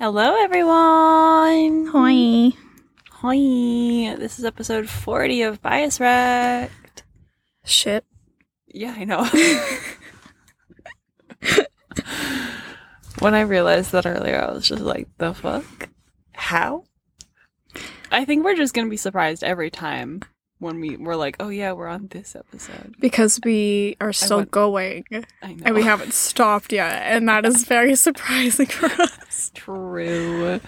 Hello, everyone. Hi. Hi. This is episode 40 of Bias Wrecked. Shit. Yeah, I know. when I realized that earlier, I was just like, the fuck? How? I think we're just going to be surprised every time when we, we're like, oh yeah, we're on this episode. Because we are still went- going I know. and we haven't stopped yet, and that is very surprising for us. True.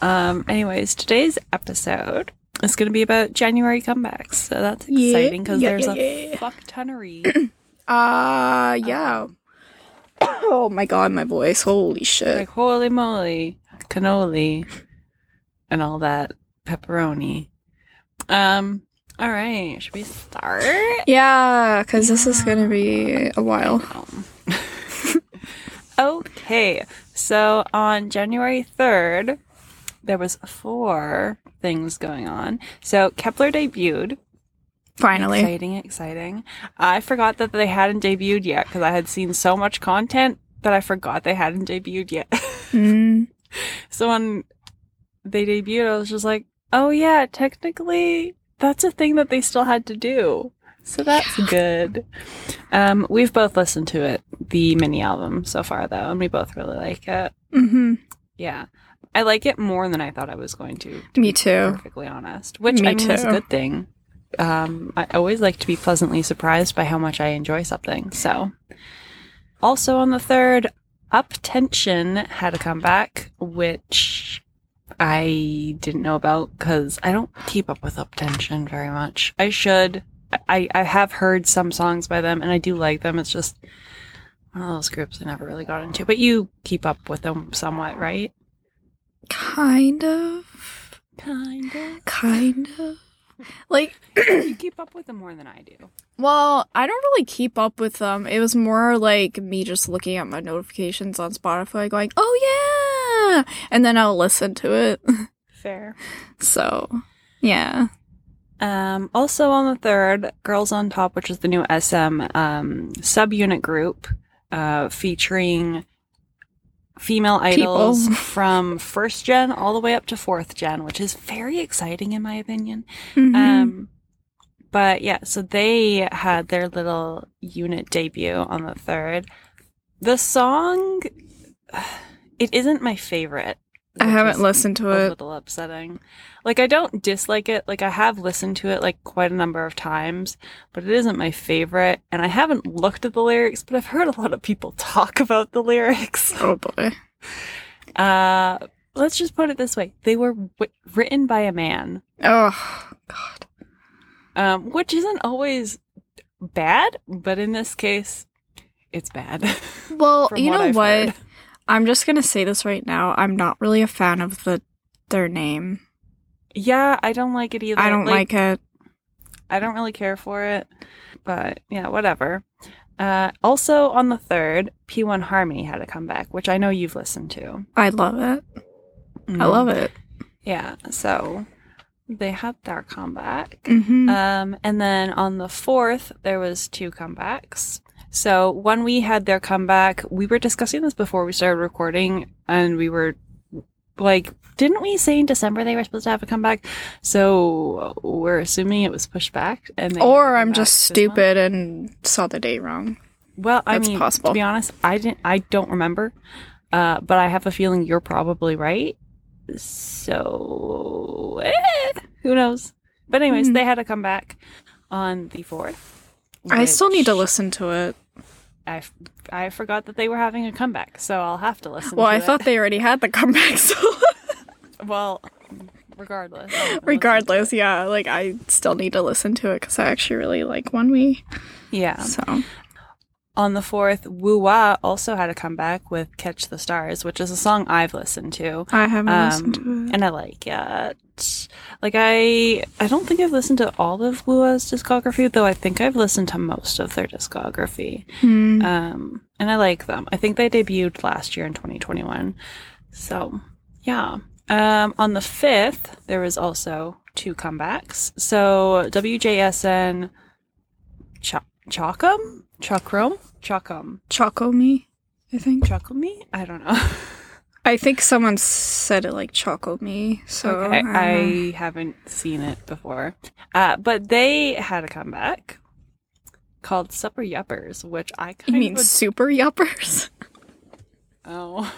Um, anyways, today's episode is going to be about January comebacks. So that's Yeah, exciting because yeah, there's yeah, a yeah, yeah. fuck tonnery. Uh, yeah. Oh my god, my voice. Holy shit. like, holy moly, cannoli, and all that pepperoni. Um, all right, should we start? Yeah, because this is gonna be a while. Um, okay, so on January 3rd, there was four things going on. So Kepler debuted. Finally. Exciting, exciting. I forgot that they hadn't debuted yet because I had seen so much content that I forgot they hadn't debuted yet. Mm, so when they debuted, I was just like, oh yeah, technically that's a thing that they still had to do. So that's good. Um, we've both listened to it, the mini album so far though, and we both really like it. hmm Yeah. I like it more than I thought I was going to, to Me be too. perfectly honest. Which Me I mean is a too. good thing. Um, I always like to be pleasantly surprised by how much I enjoy something. So, also on the third, Up Tension had a comeback, which I didn't know about because I don't keep up with Up Tension very much. I should. I I have heard some songs by them and I do like them. It's just one of those groups I never really got into. But you keep up with them somewhat, right? Kind of. Kind of. Kind of. Like, you keep up with them more than I do. Well, I don't really keep up with them. It was more like me just looking at my notifications on Spotify going, oh yeah! And then I'll listen to it. Fair. So, yeah. Um, also on the third, Girls on Top, which is the new SM um, subunit group, uh, featuring female idols People. from first gen all the way up to fourth gen, which is very exciting in my opinion. Mhm. Um, but yeah, so they had their little unit debut on the third. The song, it isn't my favorite. I which haven't is listened to a it. little upsetting. Like I don't dislike it. Like I have listened to it like quite a number of times, but it isn't my favorite. And I haven't looked at the lyrics, but I've heard a lot of people talk about the lyrics. Oh boy. Uh, let's just put it this way: they were w- written by a man, Oh, God. um, which isn't always bad, but in this case, it's bad. Well, from you know I've what? heard. I'm just going to say this right now. I'm not really a fan of the their name. Yeah, I don't like it either. I don't like, it. I don't really care for it, but yeah, whatever. Uh, also on the third, P1 Harmony had a comeback, which I know you've listened to. I love it. I Mm-hmm. love it. Yeah, so they had their comeback. hmm Um, and then on the fourth, there was two comebacks. So when we had their comeback, we were discussing this before we started recording, and we were like, didn't we say in December they were supposed to have a comeback? So we're assuming it was pushed back, and they had or a I'm comeback just this month. stupid and saw the date wrong. Well, I That's mean, possible. to be honest, I didn't. I don't remember, uh, but I have a feeling you're probably right. So eh, who knows? But anyways, Hmm. they had a comeback on the fourth. I still need to which listen to it. I, f- I forgot that they were having a comeback, so I'll have to listen. Well, to I it. thought they already had the comeback, so Well, regardless. I haven't listened to regardless, it. yeah, like I still need to listen to it because I actually really like One We. yeah. So On the fourth, Woo Wah also had a comeback with "Catch the Stars," which is a song I've listened to. I haven't listened Um, to it. and I like it. Like I, I don't think I've listened to all of Lua's discography, though. I think I've listened to most of their discography. Hmm. Um, and I like them. I think they debuted last year in 2021. So, yeah. Um, on the fifth, there was also two comebacks. So WJSN, Ch- Chakum, Chakrum, Chakum, Choco Me, I think. Chakumi. I don't know. I think someone said it like choco me. So Okay, I don't know. I haven't seen it before. Uh, but they had a comeback called Supper Yuppers, which I you kind mean of would- super yuppers? oh,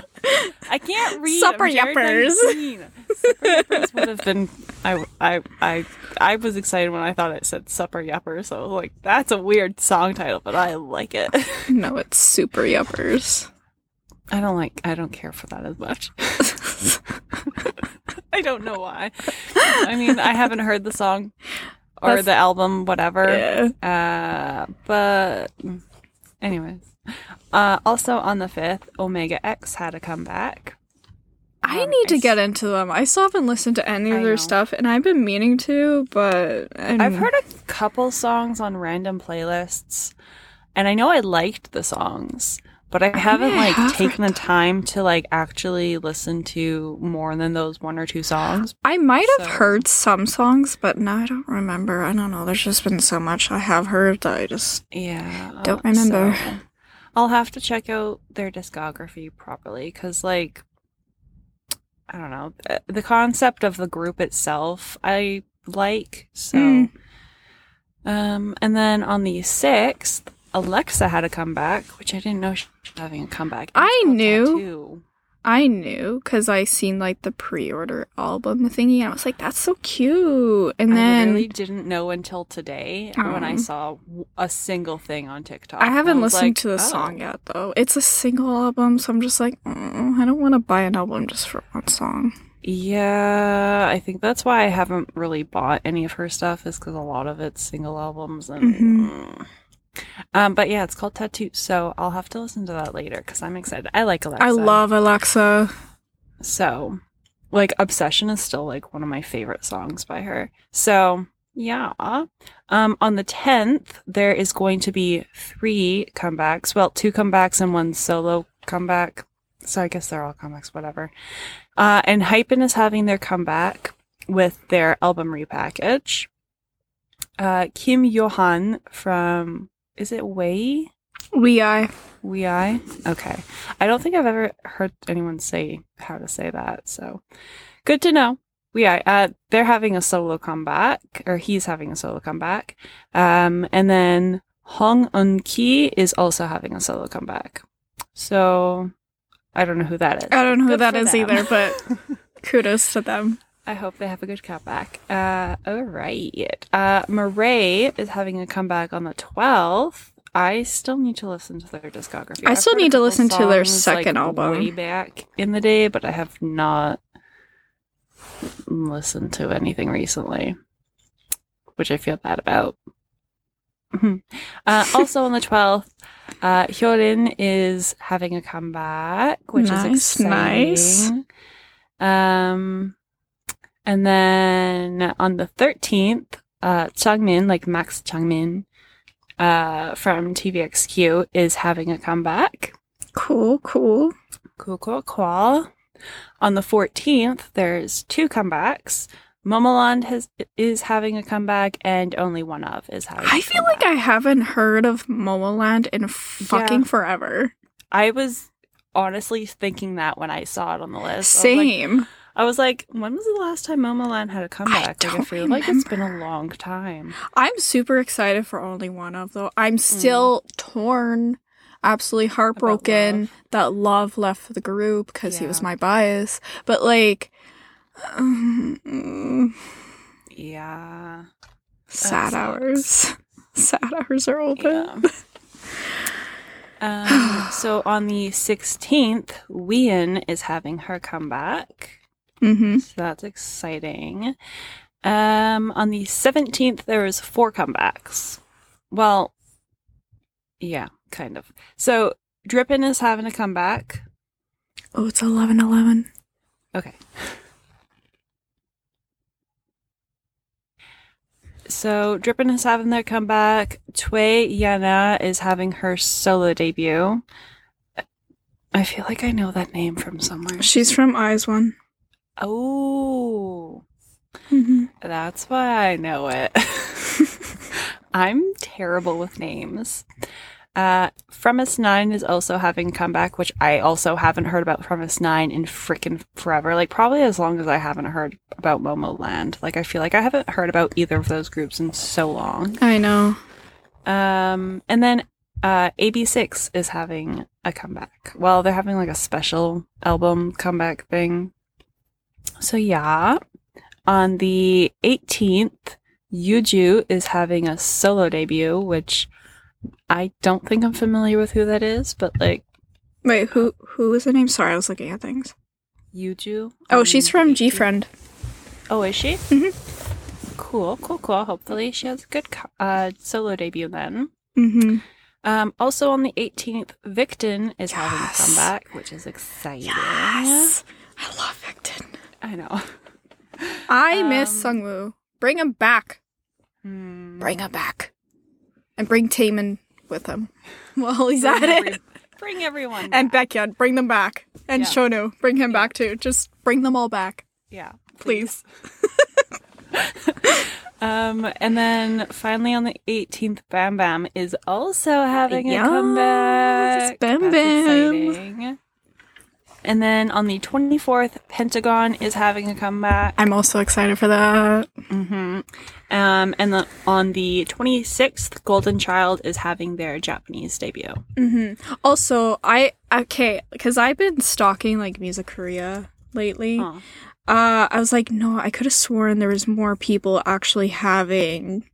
I can't read Supper I'm Jared Yuppers. 19. Supper Yuppers would have been. I, I I I was excited when I thought it said Supper Yuppers. So I was like, that's a weird song title, but I like it. no, it's super yuppers. I don't like. I don't care for that as much. I don't know why. I mean, I haven't heard the song or That's- the album, whatever. yeah. Uh, but anyways, uh, also on the fifth, Omega X had a comeback. I Um, need to s- get into them. I still haven't listened to any I of know. their stuff, and I've been meaning to, but I I've heard a couple songs on random playlists, and I know I liked the songs, but Oh, I haven't like haven't. taken the time to like actually listen to more than those one or two songs. I might have so- heard some songs, but now I don't remember. I don't know. There's just been so much I have heard that I just Yeah, uh, Don't remember. so I'll have to check out their discography properly because, like, I don't know th- the concept of the group itself. I like so. Mm. Um, and then on the sixth, Alexa had a comeback, which I didn't know she was having a comeback. It was I called knew. Tattoo. I knew because I seen like the pre-order album thingy, and I was like, "That's so cute." And I then really didn't know until today when I Um. saw w- a single thing on TikTok. I haven't And was listened like, to the "Oh." song yet, though. It's a single album, so I'm just like, mm, I don't want to buy an album just for one song. Yeah, I think that's why I haven't really bought any of her stuff is because a lot of it's single albums and. Mm-hmm. Um, but yeah, it's called Tattoo, so I'll have to listen to that later because I'm excited. I like Alexa. I love Alexa. so, like Obsession is still like one of my favorite songs by her. So yeah, um, on the tenth there is going to be three comebacks. Well, two comebacks and one solo comeback. So I guess they're all comebacks, whatever. Uh, and Hypen is having their comeback with their album repackage. Uh, Kim Johan from is it Wei? We I. We I? Okay. I don't think I've ever heard anyone say how to say that, so good to know. We I. Uh, they're having a solo comeback, or he's having a solo comeback. Um, and then Hong Un Ki is also having a solo comeback. So I don't know who that is. I don't know who Good that for is them. either, but kudos to them. I hope they have a good comeback. Uh, all right. Uh, Marae is having a comeback on the 12th. I still need to listen to their discography. I I've still heard a need to couple listen to their songs, like, second album. way back in the day, but I have not listened to anything recently, which I feel bad about. uh, also on the 12th, uh, Hyorin is having a comeback, which Nice, is exciting. nice. Um, and then on the 13th, uh, Changmin, like Max Changmin, uh, from TVXQ is having a comeback. Cool, cool. Cool, cool, cool. On the 14th, there's two comebacks. Momoland has is having a comeback, and only one of is having. I I feel like I haven't heard of Momoland in fucking forever. I was honestly thinking that when I saw it on the list. I was like- Same. I was like, when was the last time Momoland had a comeback? like, I don't feel like it's been a long time. I'm super excited for only one of though. I'm still torn, absolutely heartbroken Mm. Love. that Love left the group because he was Yeah. my bias. But like, mm, Yeah. sad sucks. hours. Sad hours are open. Yeah. um, so on the 16th, Wien is having her comeback. Mm-hmm. So that's exciting. Um, on the 17th, there was four comebacks. Well, yeah, kind of. So Drippin is having a comeback. Oh, it's eleven eleven. Okay. So Drippin is having their comeback. Twe Yana is having her solo debut. I feel like I know that name from somewhere. She's from Eyes One. Oh. Mm-hmm. That's why I know it. I'm terrible with names. Uh, Premise 9 is also having a comeback, which I also haven't heard about Premise 9 in frickin' forever. Like, probably as long as I haven't heard about Momo Land. Like, I feel like I haven't heard about either of those groups in so long. I know. Um, and then uh, AB6 is having a comeback. Well, they're having like a special album comeback thing. So, yeah. On the 18th, Yuju is having a solo debut, which I don't think I'm familiar with who that is, but like Wait, who who is the name? Sorry, I was looking at things. Yuju. Oh, on she's from 18th. G Mm-hmm. Friend. Oh, is she? Cool, cool, cool. Hopefully, she has a good co- uh, solo debut then. Mm-hmm. Um, also on the 18th, Victon is having a Yes. comeback, which is exciting. Yes, I love Victon. I know. I miss Um, Sungwoo. Bring him back. Hmm. Bring him back, and bring Taemin with him while he's Bring at every- it. Bring everyone. And back. Baekhyun, bring them back. And Yeah. Shonu, bring him back too. Just bring them all back. yeah, Please. Um, and then finally on the 18th, Bam Bam is also having Yes, a comeback. Bam That's Bam. exciting. And then on the 24th, Pentagon is having a comeback. I'm also excited for that. hmm Um, and then on the 26th, Golden Child is having their Japanese debut. hmm Also, I okay, because I've been stalking like music Korea lately. Aw. Uh, I was like, no, I could have sworn there was more people actually having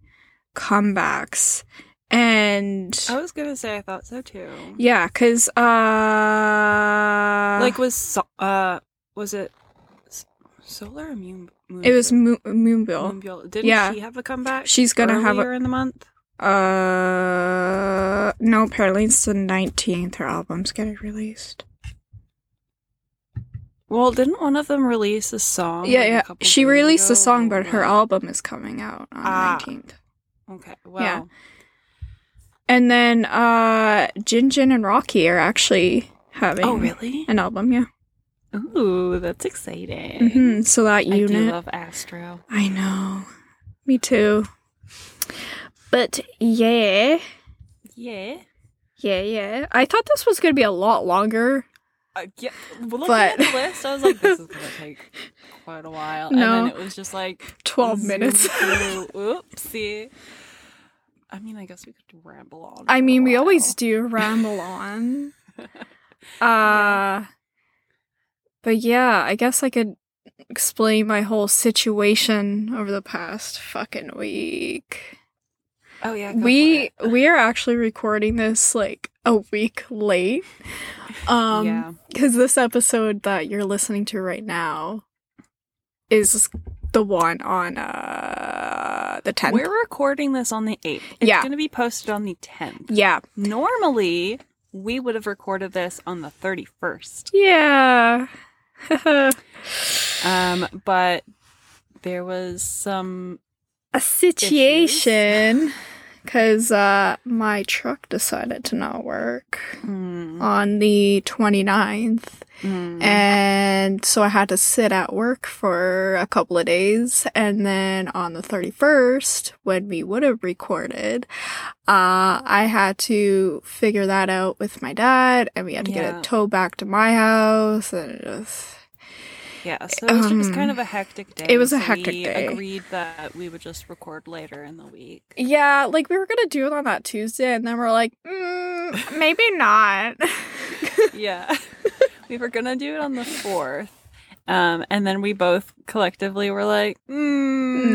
comebacks, and I was gonna say I thought so too. yeah, because uh, Like was so- uh was it S- Solar or Moon? Moon it was Mo- Moonbill. Moonbyul. Didn't Yeah. she have a comeback? She's gonna have a- earlier in the month. Uh, no, apparently it's the 19th her album's getting released. Well, didn't one of them release a song? like, Oh, yeah, a yeah. couple She days released the ago? song, but her Yeah. album is coming out on Ah. the 19th. Okay. Well, Yeah. And then uh Jinjin and Rocky are actually having Oh, really? an album, yeah. Ooh, that's exciting. hmm So that I unit. do love Astro. I know. Me too. But yeah, Yeah. yeah, yeah. I thought this was going to be a lot longer. Uh, yeah. Well, looking But- at the list, I was like, this is gonna take quite a while, No. and then it was just like 12 zoom minutes. through. Oopsie. I mean, I guess we could ramble on. I for a mean, we always while. do ramble on. Yeah. Uh but yeah, I guess I could explain my whole situation over the past fucking week. Oh yeah, go for We it. we are actually recording this like a week late. Um yeah. cuz this episode that you're listening to right now is the one on uh the 10th. We're recording this on the eighth. It's Yeah. gonna be posted on the tenth. yeah. Normally, we would have recorded this on the thirty first. Yeah. Um, but there was some. a situation because uh, my truck decided to not work Mm, on the 29th Mm-hmm. mm. Uh, and so i had to sit at work for a couple of days and then on the 31st when we would have recorded uh, i had to figure that out with my dad and we had to get Yeah. it towed back to my house and it was Yeah, so it was just kind of um, a hectic day. it was a so hectic we day. Agreed that we would just record later in the week. Yeah, like we were gonna do it on that Tuesday, and then we're like, mm, maybe not. yeah, we were gonna do it on the fourth, um, and then we both collectively were like, Mm-hmm. mm,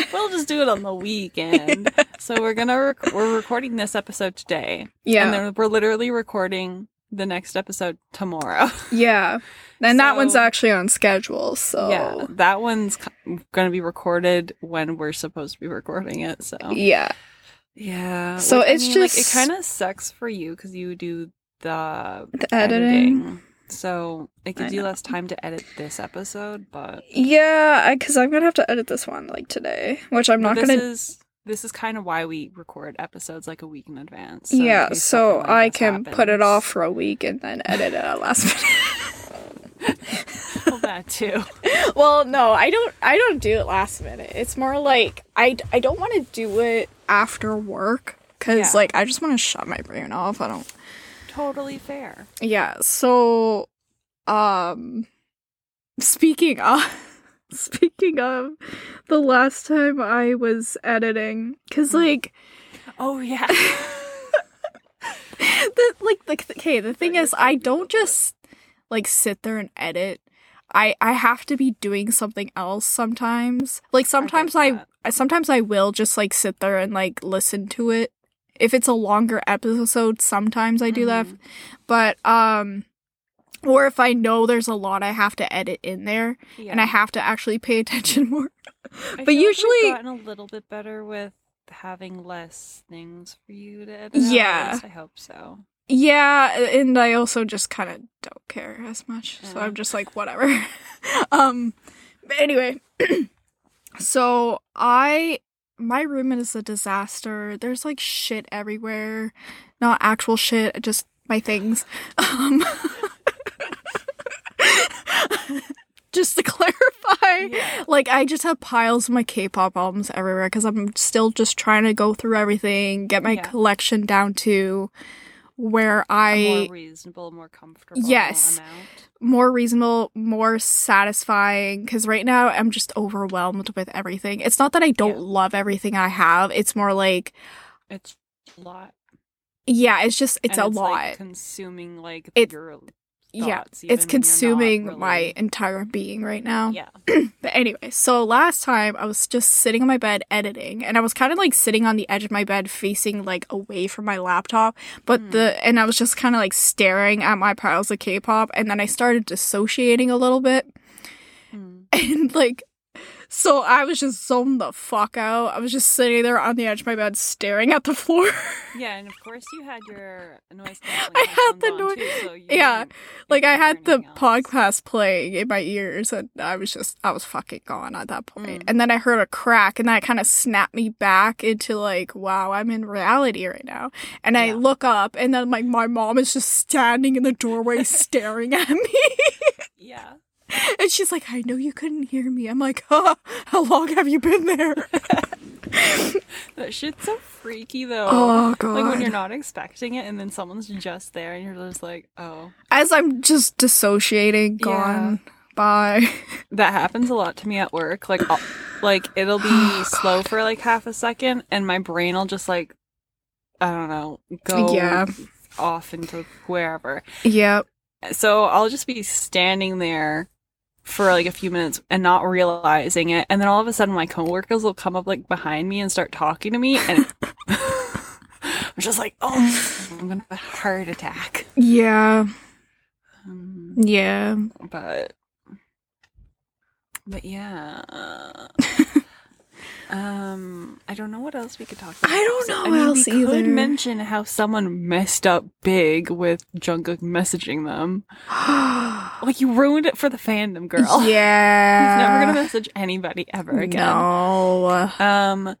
nah. we'll just do it on the weekend." so we're gonna rec- we're recording this episode today, Yeah, and then we're literally recording the next episode tomorrow. yeah. And that one's So- actually on schedule, so yeah, that one's co- gonna be recorded when we're supposed to be recording it. So yeah, Yeah. So which, I it's mean, like, just- it kind of sucks for you because you do the the editing. editing. So it gives I you know. less time to edit this episode, but Yeah, because I'm gonna have to edit this one like today, which I'm not this gonna. is this is kind of why we record episodes like a week in advance. in yeah, case so something like I this can put it happens. off for a week and then edit it at last minute. Well, that too. well, no, I don't. I don't do it last minute. It's more like I. I don't want to do it after work because Yeah. like I just want to shut my brain off. I don't. Totally fair. Yeah. So, um, speaking of, speaking of, the last time I was editing, because like Oh yeah. the like the okay the thing is i don't just like sit there and edit i i have to be doing something else sometimes like sometimes i, that. I sometimes i will just like sit there and like listen to it if it's a longer episode sometimes i do that Mhm. but um or if i know there's a lot i have to edit in there Yeah. and i have to actually pay attention more I but feel like we've usually- gotten a little bit better with having less things for you to edit. out, at Yeah. least I hope so. Yeah, and I also just kind of don't care as much. So Yeah. I'm just like whatever. um but anyway, so I my room is a disaster. There's like shit everywhere. Not actual shit, just my things. Um Just to clarify, like I just have piles of my K-pop albums everywhere because I'm still just trying to go through everything, get my Yeah. collection down to where A I more reasonable, more comfortable Yes. amount. more reasonable, more satisfying. Because right now I'm just overwhelmed with everything. It's not that I don't Yeah. love everything I have. It's more like It's a lot. yeah, it's just it's and a lot. like, consuming like It- your thoughts. yeah, even it's when you're not consuming really- my entire being right now. Yeah. But anyway, so last time I was just sitting on my bed editing, and I was kind of like sitting on the edge of my bed, facing like away from my laptop. But Hmm. the and I was just kind of like staring at my piles of K-pop, and then I started dissociating a little bit, Mm. and like, so I was just zoned the fuck out. I was just sitting there on the edge of my bed, staring at the floor. Yeah, and of course you had your noise. I had the noise. noi- Too, so you yeah, weren't- you like I weren't had the hearing else. podcast playing in my ears, and I was just I was fucking gone at that Mm. point. And then I heard a crack, and that kind of snapped me back into like, wow, I'm in reality right now. And I Yeah. look up, and then like my mom is just standing in the doorway staring at me, Yeah. and she's like, I know you couldn't hear me. I'm like, huh, how long have you been there? That shit's so freaky though. oh god. like when you're not expecting it and then someone's just there and you're just like, oh. As I'm just dissociating, Yeah. gone. Bye. That happens a lot to me at work. Like, I'll, like it'll be Oh, slow for like half a second, and my brain will just like, I don't know, go Yeah. off into wherever. Yep. So I'll just be standing there for like a few minutes and not realizing it, and then all of a sudden my coworkers will come up like behind me and start talking to me, and I'm just like, oh, I'm gonna have a heart attack. Yeah. Um, Yeah. but but yeah uh, um i don't know what else we could talk about I don't So, know I what mean, else we either. could mention how someone messed up big with jungkook messaging them like you ruined it for the fandom girl Yeah. he's never gonna message anybody ever again Uh, No. um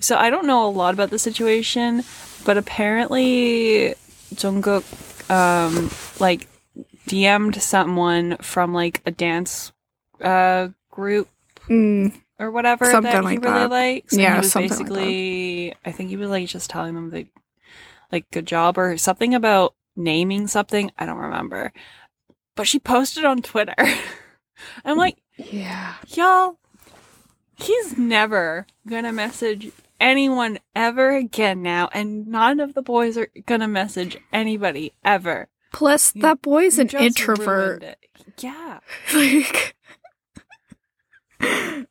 so i don't know a lot about the situation but apparently jungkook um like DM'd someone from like a dance uh group Mm, or whatever Something that he like really that. likes. And Yeah, he was something like that. basically I think he was like just telling them that like good job or something about naming something. I don't remember. But she posted on Twitter. I'm like, yeah. y'all, he's never gonna message anyone ever again now, and none of the boys are gonna message anybody ever. Plus, You- that boy's You an just ruined introvert. it. Yeah. Like,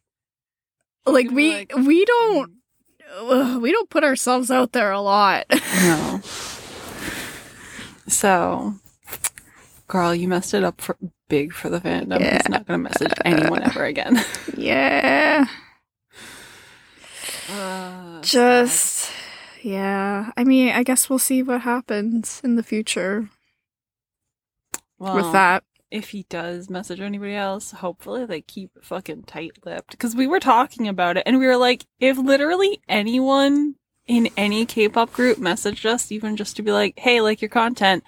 gonna like be we like, "Mm." we don't uh, we don't put ourselves out there a lot. No. So, girl, you messed it up for big for the fandom. Yeah. He's not gonna message anyone ever again. yeah. Just. Yeah. I mean, I guess we'll see what happens in the future Well, with that. If he does message anybody else, hopefully they keep it fucking tight-lipped. Because we were talking about it, and we were like, if literally anyone in any K-pop group messaged us, even just to be like, "Hey, like your content,"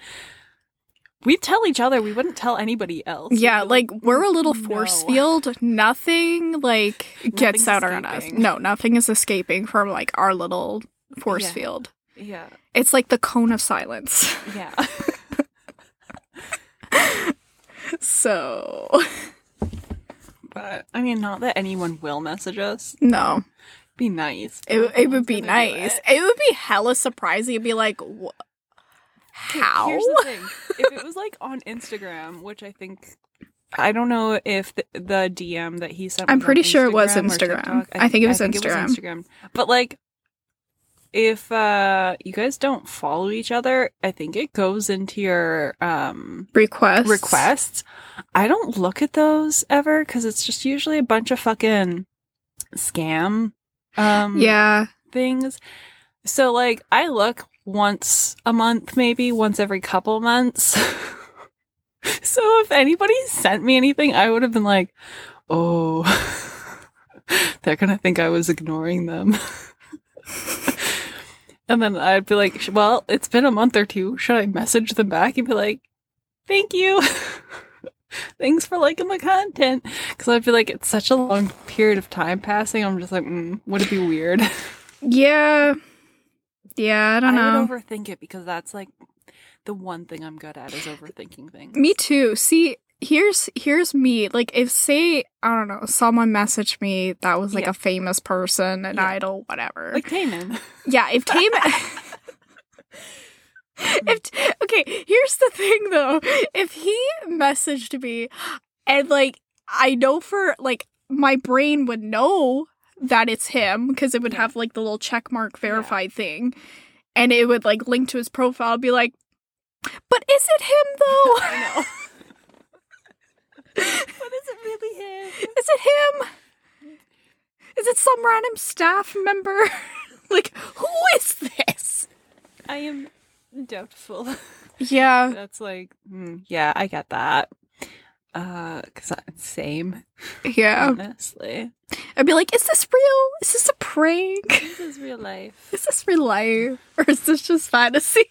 we'd tell each other. We wouldn't tell anybody else. We'd Yeah, be like we're a little "No." force field. Nothing like gets Nothing's out on us. escaping. No, nothing is escaping from like our little force Yeah. field. Yeah. It's like the cone of silence. Yeah. So, but I mean, not that anyone will message us. no, Be nice. it, it would be Someone's gonna do nice. it. It. would be hella surprising. You'd be like, "Wha- how? Here's the thing: if it was like on Instagram, which I think. I don't know if the, the DM that he sent. I'm was on pretty sure it was Instagram or Instagram. TikTok. I think it was Instagram. Instagram. But like, if uh, you guys don't follow each other, I think it goes into your um, Requests. requests. I don't look at those ever because it's just usually a bunch of fucking scam um Yeah. things. So like I look once a month, maybe once every couple months. so if anybody sent me anything, I would have been like, oh they're gonna think I was ignoring them. and then I'd be like, well, it's been a month or two. Should I message them back and be like, thank you? Thanks for liking the content. Because I feel like it's such a long period of time passing. I'm just like, mm, would it be weird? Yeah. Yeah, I don't know. would overthink it because that's like the one thing I'm good at is overthinking things. Me too. See, here's here's me. Like if say, I don't know, someone messaged me that was like Yeah. a famous person, an Yeah. idol, whatever. Like Kanan. yeah, if came If t- okay, here's the thing though. If he messaged me and like I know for like my brain would know that it's him because it would Yeah. have like the little check mark verified thing and it would like link to his profile be like but is it him though? I know. but is it really him? Is it him? Is it some random staff member? like, who is this? I am doubtful. Yeah. That's like, hmm, yeah, I get that. Uh, cause I, same, Oh. Yeah. honestly. I'd be like, is this real? Is this a prank? This is real life. Is this real life? Or is this just fantasy?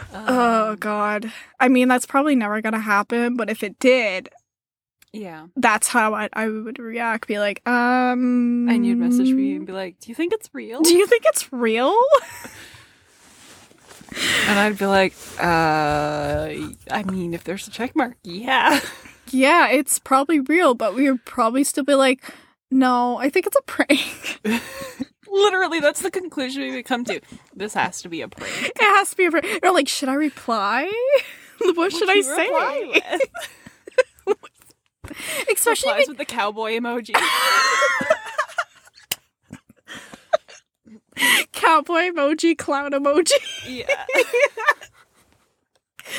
oh, God. I mean, that's probably never going to happen, but if it did, Yeah. that's how I, I would react. Be like, um. And you'd message me and be like, do you think it's real? Do you think it's real? And I'd be like, uh, I mean, if there's a check mark, yeah. Yeah, it's probably real, but we would probably still be like, no, I think it's a prank. it Literally, that's the conclusion we would come to. This has to be a prank. has to be a prank. Or like, should I reply? what should I say? Especially Especially if with the cowboy emoji. it- cowboy emoji, clown emoji. Yeah.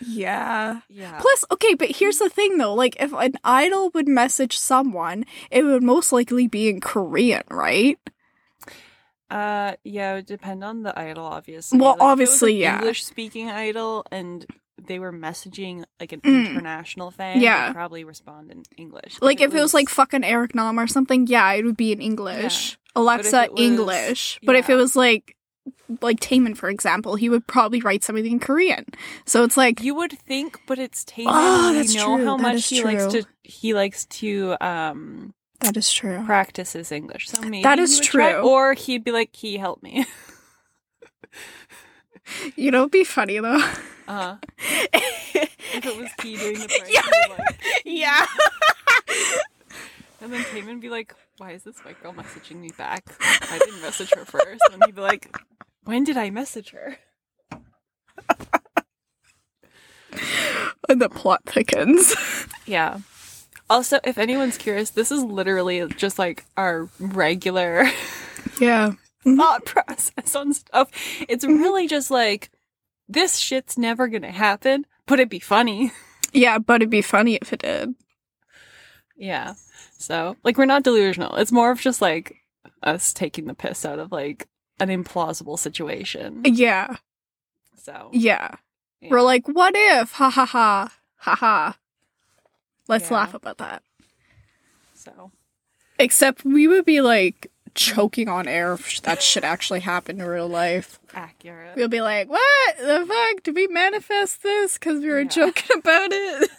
yeah. Yeah. Plus, okay, but here's the thing though. Like, if an idol would message someone, it would most likely be in Korean, right? Uh, yeah, it would depend on the idol, obviously. Well, Like, if it was obviously, an yeah. English-speaking idol, and they were messaging like an Mm. international fan. they'd Yeah. probably respond in English. Like, if it was like fucking Eric Nam or something, yeah, it would be in English. Alexa, it was- English. But if yeah. it was like, like Taman, for example, he would probably write something in Korean. So it's like, you would think, but it's Taemin. Oh, we that's know true. how That much is he likes true. to he likes to um that is true. practice his English. So maybe That he is would try- true. or he'd be like, "He help me." You know, it'd be funny though. Uh, if it was Key doing the prank, Uh-huh. Yeah. he'd be like, yeah. and then Taemin be like, "Why is this white girl messaging me back? I didn't message her first. And he'd be like, "When did I message her?" And the plot thickens. Yeah. Also, if anyone's curious, this is literally just like our regular Yeah. thought process on stuff. It's really just like this shit's never gonna happen, but it'd be funny. Yeah, but it'd be funny if it did. Yeah. So like we're not delusional. It's more of just like us taking the piss out of like an implausible situation. Yeah. So Yeah. yeah. We're like, what if? Ha ha ha. Ha ha. Let's Yeah. laugh about that. so Except we would be like choking on air if that shit actually happened in real life. accurate. We'll be like, what the fuck? Did we manifest this? Because we were Yeah. joking about it.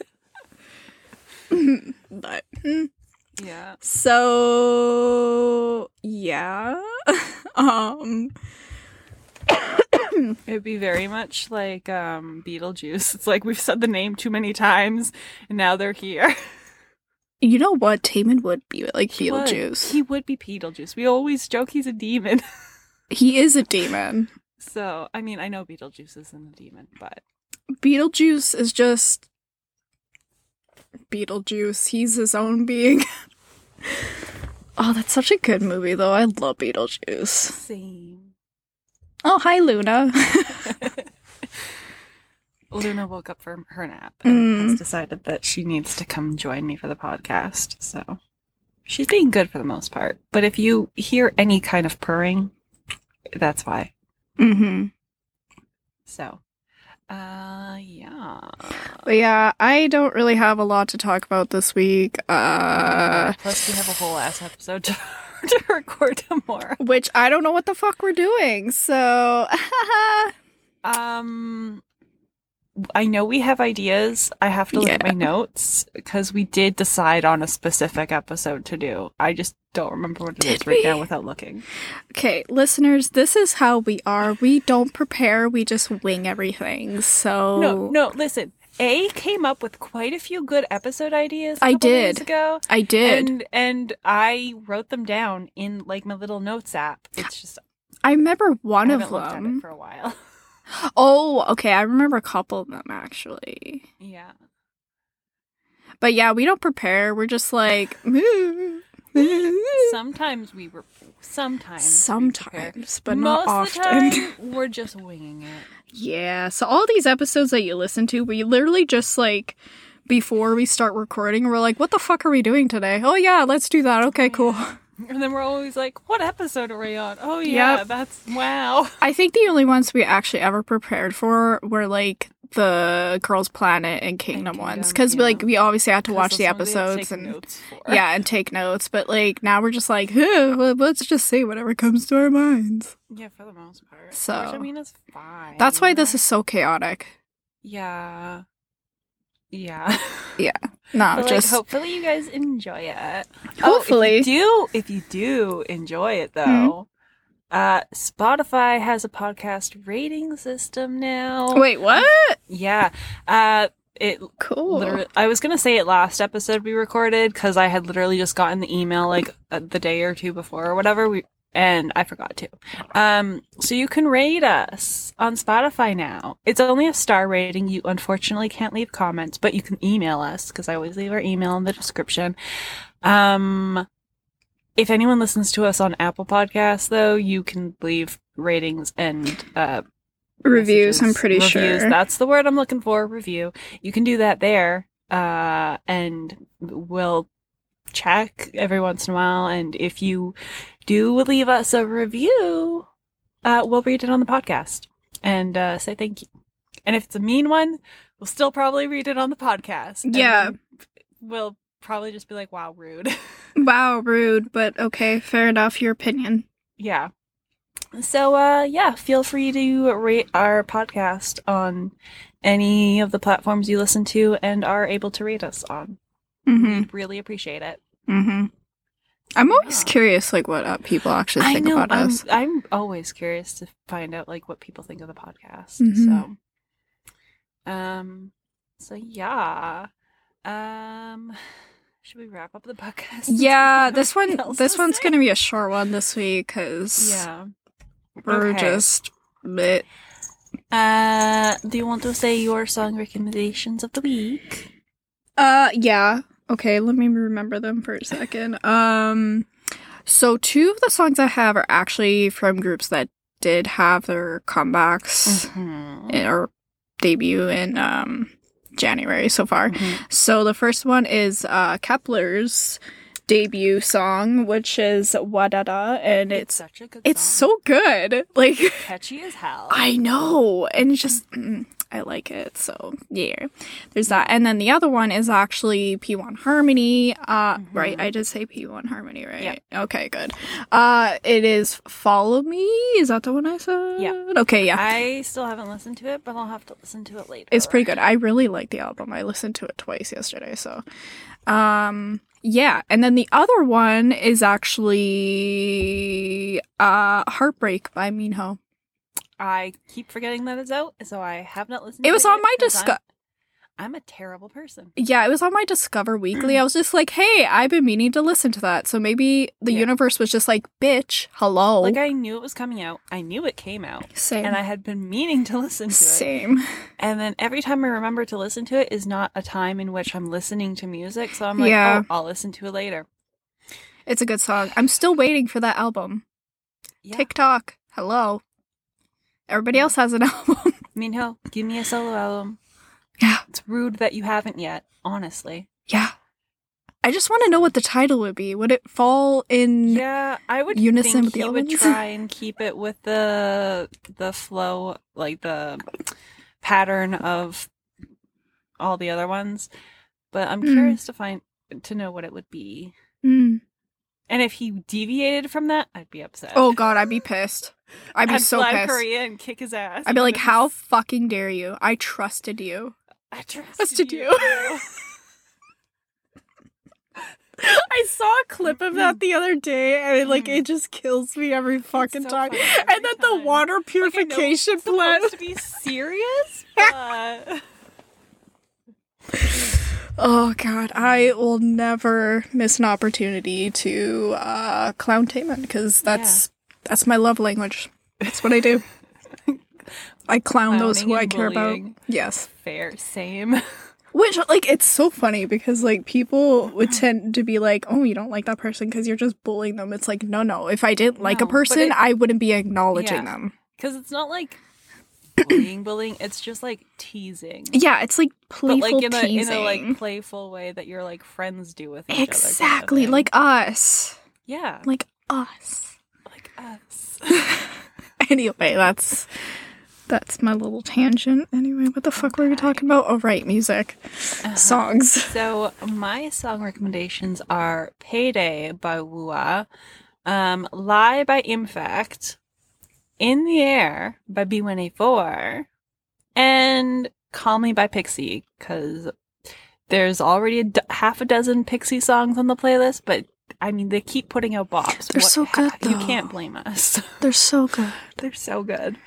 but mm. Yeah. so, yeah. um It'd be very much like um, Beetlejuice. It's like we've said the name too many times, and now they're here. you know what? Taman would be like He would. Beetlejuice. He would be Beetlejuice. We always joke he's a demon. he is a demon. So, I mean, I know Beetlejuice isn't a demon, but Beetlejuice is just Beetlejuice. He's his own being. oh, that's such a good movie though. I love Beetlejuice. same. Oh, hi Luna. Luna woke up from her nap and Mm. has decided that she needs to come join me for the podcast. So she's being good for the most part. But if you hear any kind of purring, that's why. mhm. So, uh, yeah. But yeah, I don't really have a lot to talk about this week. Uh Plus, we have a whole ass episode to, to record tomorrow. which I don't know what the fuck we're doing. So Um, I know we have ideas. I have to look at my notes because we did decide on a specific episode to do. I just don't remember what it is Did right now we? without looking. Okay, listeners, this is how we are. We don't prepare, we just wing everything. So No, no, listen. A came up with quite a few good episode ideas. I I did did. ago, I did. and and I wrote them down in like my little notes app. It's just I remember one I of haven't looked at it them. for a while. Oh, okay, I remember a couple of them actually. yeah, But yeah, we don't prepare. We're just like sometimes, sometimes we were sometimes we prepare. but not Most often. Of the time, we're just winging it. Yeah. So all these episodes that you listen to, we literally just like before we start recording, we're like, what the fuck are we doing today? Oh yeah, let's do that. Okay, cool. And then we're always like, "What episode are we on?" Oh yeah, Yep. that's wow. I think the only ones we actually ever prepared for were like the Girls Planet and Kingdom, ones Kingdom, because yeah. like we obviously had to That's watch the what we had to episodes take and notes for. yeah and take notes. But like now we're just like, "Huh, well, let's just say whatever comes to our minds. yeah, for the most part. So- which I mean, it's fine. That's why this is so chaotic. Yeah. Yeah. No, But, like, just hopefully you guys enjoy it. Hopefully. Oh, if Hmm? you do, if you do enjoy it though, uh Spotify has a podcast rating system now. wait, what? Yeah. Uh it Cool. literally I was going to say it last episode we recorded cuz I had literally just gotten the email like uh, the day or two before or whatever we and I forgot to. Um so you can rate us on Spotify now. It's only a star rating. You unfortunately can't leave comments, but you can email us cuz I always leave our email in the description. Um if anyone listens to us on Apple Podcasts though, you can leave ratings and uh Reviews, I'm messages, pretty reviews, sure. That's the word I'm looking for. Review. You can do that there, uh, and we'll check every once in a while. And if you do leave us a review, uh, we'll read it on the podcast and uh, say thank you. And if it's a mean one, we'll still probably read it on the podcast. And Yeah. then we'll probably just be like, "Wow, rude." Wow, rude, but okay, fair enough. Your opinion. Yeah. So uh yeah, feel free to rate our podcast on any of the platforms you listen to and are able to rate us on. Mm-hmm. Really appreciate it. Mm-hmm. I'm always Yeah. curious, like what uh, people actually I think know about I'm, us. I'm always curious to find out like what people think of the podcast. Mhm. So um so yeah. Um should we wrap up the podcast? Yeah, There's this one, nothing else this to one's say. gonna be a short one this week because Yeah. we're Okay. just bleh. Uh do you want to say your song recommendations of the week? Uh, yeah. Okay, let me remember them for a second. Um, so two of the songs I have are actually from groups that did have their comebacks Mm-hmm. or debut in um January so far. Mm-hmm. So the first one is uh, Kepler's debut song, which is Wadada, and it's such a good it's so good. Like catchy as hell. I know, and it's just mm, I like it. So yeah, there's that. And then the other one is actually P1 Harmony. Uh, Mhm. right. I did say P1 Harmony, right? Okay, good. Uh, it is Follow Me. Is that the one I said? Yeah. Okay. Yeah. I still haven't listened to it, but I'll have to listen to it later. It's pretty good. I really like the album. I listened to it twice yesterday, so um yeah, and then the other one is actually uh Heartbreak by Minho. I keep forgetting that it's out, so I have not listened. It to was on yet my 'cause disco- I'm, I'm a terrible person. Yeah, it was on my Discover Weekly. I was just like, "Hey, I've been meaning to listen to that." So maybe the Yeah. universe was just like, "Bitch, hello." Like I knew it was coming out. I knew it came out, same. and I had been meaning to listen to it. same. And then every time I remember to listen to it is not a time in which I'm listening to music, so I'm like, Yeah. oh, I'll listen to it later. It's a good song. I'm still waiting for that album. Yeah. TikTok. Hello. Everybody else has an album. Minho, give me a solo album. Yeah. It's rude that you haven't yet, honestly. Yeah. I just want to know what the title would be. Would it fall in Yeah, I would Unison think with the he other would ones. try and keep it with the the flow, like the pattern of all the other ones. But I'm Mm. curious to find to know what it would be. Mm. And if he deviated from that, I'd be upset. Oh god, I'd be pissed. I'd be so fly pissed. Korea and kick his ass. I'd be like, "How fucking dare you? I trusted you." I trusted Us to you. do. I saw a clip of that the other day, and like, it just kills me every fucking so time. funny every And then the time. water purification Like, I know it's supposed to be serious, but Oh god, I will never miss an opportunity to uh, clown Taman because that's that's my love language. That's what I do. I clown those who Clowning I and care bullying. about. Yes, fair, same. which like it's so funny because like people would tend to be like, "Oh, you don't like that person because you're just bullying them." It's like, no, no. If I didn't like No, a but person, it- I wouldn't be acknowledging Yeah. them. Because it's not like bullying, bullying. It's just like teasing, Yeah, it's like but playful like in a teasing. in a like playful way that your like friends do with each other. kind of exactly thing. like us, yeah, like us. like us. anyway, that's that's my little tangent. Anyway, what the fuck were we talking about? Oh, right, music, Uh-huh. Uh-huh. songs. So my song recommendations are "Payday" by Wua, um, "Lie" by Impact, "In the Air" by B1A4, and "Call Me" by Pixie. Because there's already a d- half a dozen Pixie songs on the playlist, but I mean they keep putting out bops. They're so good, You though. can't blame us. They're so good. They're so good.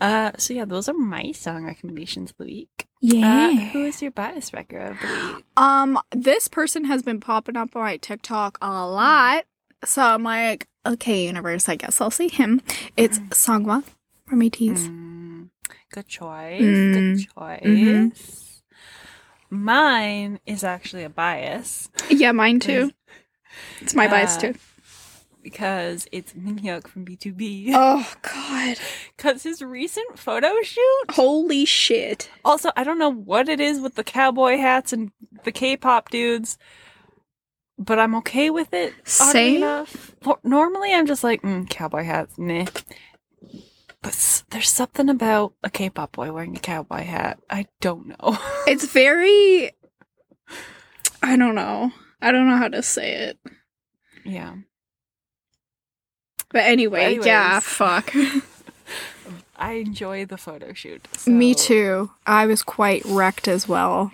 Uh, so yeah, those are my song recommendations of the week. Uh, who Yeah. is your bias wrecker of the week? um, this person has been popping up on my TikTok a lot, so I'm like, okay, universe, I guess I'll see him. It's Songwa from ATs. Mm, good choice. Good Mm, choice. mhm. Mine is actually a bias Yeah, mine too. It's my bias Uh, too. because it's Minhyuk from B2B. Oh God! Because his recent photo shoot. Holy shit! Also, I don't know what it is with the cowboy hats and the K-pop dudes, but I'm okay with it. oddly Same. enough. Nor- Normally, I'm just like mm, cowboy hats, meh. But s- there's something about a K-pop boy wearing a cowboy hat. I don't know. It's very. I don't know. I don't know how to say it. yeah. But anyway, Anyways. yeah, fuck. I enjoy the photo shoot. Me so- too. I was quite wrecked as well.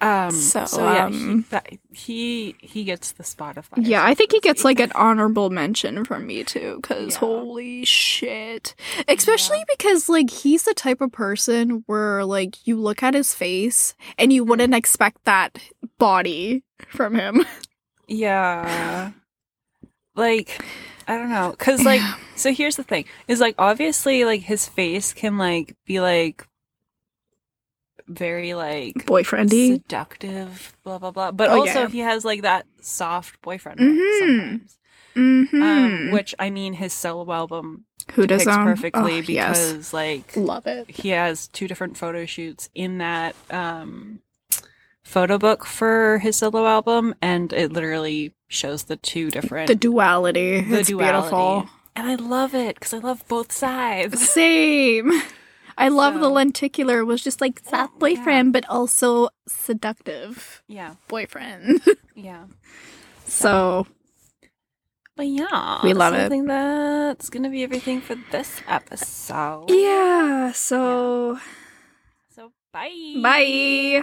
Um, So, so, yeah, um, he, that, he he gets the Spotify. Yeah, I think he gets exclusivity. like an honorable mention from me too, because Yeah. holy shit. Especially because like he's the type of person where like you look at his face and Mm-hmm. you wouldn't expect that body from him. yeah, like I don't know, cause like so here's the thing is like obviously like his face can like be like very like Boyfriendy. seductive, blah blah blah, but Oh, also yeah. he has like that soft boyfriend look Mhm. sometimes, Mm-hmm. um, which I mean his solo album Who does depicts um, perfectly oh, because yes. like love it. he has two different photo shoots in that um, photo book for his solo album, and it literally shows the two different The duality. the it's duality. beautiful. And I love it because I love both sides. Same. I love the So- lenticular was just like that Yeah. boyfriend, but also seductive Yeah. boyfriend. Yeah. so But yeah. We love it. I think that's going to be everything for this episode. yeah, so So bye. bye.